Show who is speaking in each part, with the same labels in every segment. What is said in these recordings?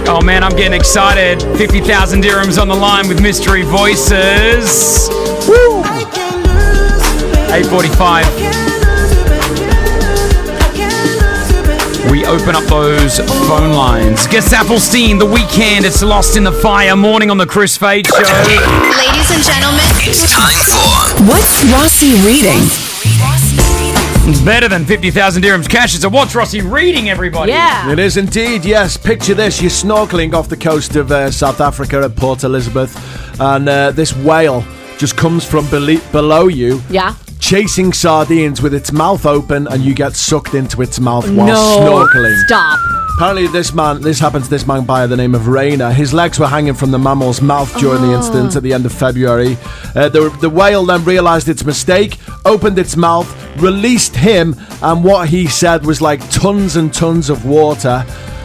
Speaker 1: Oh man, I'm getting excited. 50,000 dirhams on the line with Mystery Voices. Woo! 8.45. We open up those phone lines. Guess Applestein, The Weekend, It's Lost in the Fire, Morning on the Chris Fade Show.
Speaker 2: Ladies and gentlemen,
Speaker 3: It's time for
Speaker 4: What's Rossi reading?
Speaker 1: Better than 50,000 dirhams cash. It's a What's Rossi Reading, everybody.
Speaker 5: Yeah.
Speaker 6: It is indeed, yes. Picture this you're snorkeling off the coast of uh, South Africa at Port Elizabeth, and uh, this whale just comes from bele- below you.
Speaker 5: Yeah.
Speaker 6: Chasing sardines with its mouth open, and you get sucked into its mouth while
Speaker 5: no.
Speaker 6: snorkeling.
Speaker 5: Stop.
Speaker 6: Apparently, this man, this happened to this man by the name of Rayner. His legs were hanging from the mammal's mouth during the incident at the end of February. Uh, the, the whale then realised its mistake, opened its mouth, released him, and what he said was like tons and tons of water.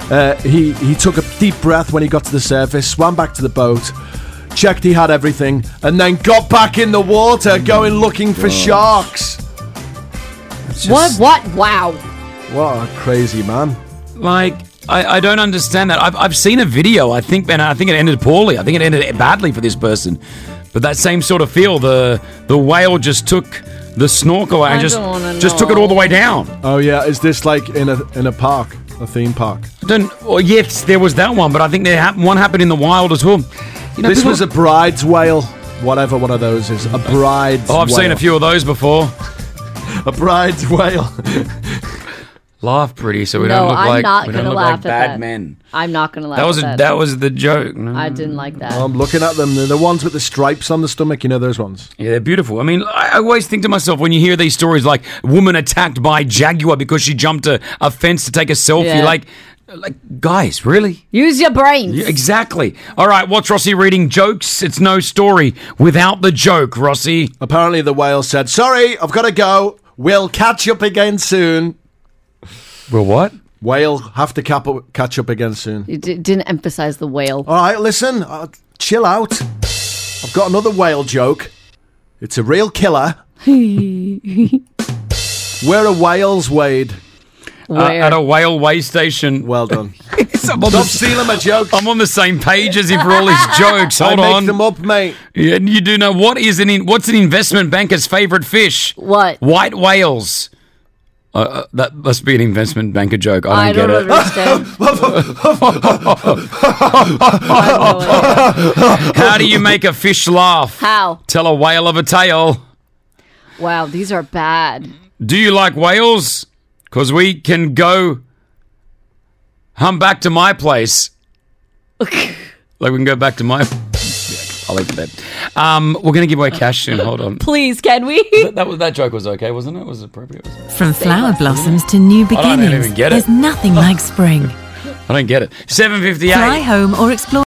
Speaker 6: Uh, he, he took a deep breath when he got to the surface, swam back to the boat, checked he had everything, and then got back in the water going looking for sharks.
Speaker 5: What? What? Wow.
Speaker 6: What a crazy man.
Speaker 1: Like, I, I don't understand that. I've, I've seen a video, I think, and I think it ended poorly. I think it ended badly for this person. But that same sort of feel, the the whale just took the snorkel and
Speaker 5: I
Speaker 1: just
Speaker 5: don't wanna
Speaker 1: just took it all the way down.
Speaker 6: Oh, yeah, is this like in a, in a park, a theme park?
Speaker 1: I don't, well, yes, there was that one, but I think there hap- one happened in the wild as well. You know,
Speaker 6: This
Speaker 1: people-
Speaker 6: was a bride's whale. Whatever one of those is. A bride's
Speaker 1: Oh, I've
Speaker 6: whale.
Speaker 1: seen a few of those before.
Speaker 6: A bride's whale.
Speaker 1: Laugh pretty, so we
Speaker 5: No,
Speaker 1: don't look
Speaker 5: I'm
Speaker 1: like
Speaker 5: not
Speaker 1: we don't
Speaker 5: gonna
Speaker 1: look like
Speaker 5: laugh at
Speaker 1: bad
Speaker 5: that.
Speaker 1: men.
Speaker 5: I'm not gonna laugh.
Speaker 1: That was that,
Speaker 5: at that.
Speaker 1: was the joke. No.
Speaker 5: I didn't like that.
Speaker 6: I'm looking at them. They're the ones with the stripes on the stomach. You know those ones?
Speaker 1: Yeah, they're beautiful. I mean, I I always think to myself when you hear these stories like woman attacked by jaguar because she jumped a, a fence to take a selfie.
Speaker 5: Yeah.
Speaker 1: Like, like guys, really?
Speaker 5: Use your brains.
Speaker 1: Yeah, exactly. All right, what's Rossi reading? Jokes. It's no story without the joke, Rossi.
Speaker 6: Apparently, the whale said, Sorry, I've got to go. We'll catch up again soon.
Speaker 1: Well, what?
Speaker 6: Whale, have to cap up, catch up again soon.
Speaker 5: You d- didn't emphasize the whale.
Speaker 6: All right, listen, uh, chill out. I've got another whale joke. It's a real killer. Where are whales weighed?
Speaker 5: Where?
Speaker 1: Uh, at a whale way station.
Speaker 6: Well done.
Speaker 1: I'm on,
Speaker 6: Stop
Speaker 1: the,
Speaker 6: stealing my jokes.
Speaker 1: I'm on the same page as him for all his jokes.
Speaker 6: I
Speaker 1: Hold
Speaker 6: make
Speaker 1: on.
Speaker 6: them up, mate.
Speaker 1: Yeah, and you do know what is an in, what's an investment banker's favorite fish?
Speaker 5: What?
Speaker 1: White whales. Uh, uh, that must be an investment banker joke. I
Speaker 5: I
Speaker 1: don't
Speaker 5: don't
Speaker 1: get it.
Speaker 5: understand. I don't know it.
Speaker 1: How do you make a fish laugh?
Speaker 5: How?
Speaker 1: Tell a whale of a tale.
Speaker 5: Wow, these are bad.
Speaker 1: Do you like whales? Cause we can go hum back to my place. like we can go back to my I'll leave it there. Um, we're gonna give away cash soon. Hold on.
Speaker 5: Please, can we?
Speaker 1: That, that was that joke was okay, wasn't it? Was it appropriate? Was it-
Speaker 4: From flower blossoms to new
Speaker 1: I don't even
Speaker 4: beginnings,
Speaker 1: get it.
Speaker 4: there's nothing like spring.
Speaker 1: I don't get it. Seven fifty
Speaker 4: Fly
Speaker 1: eight.
Speaker 4: home or explore.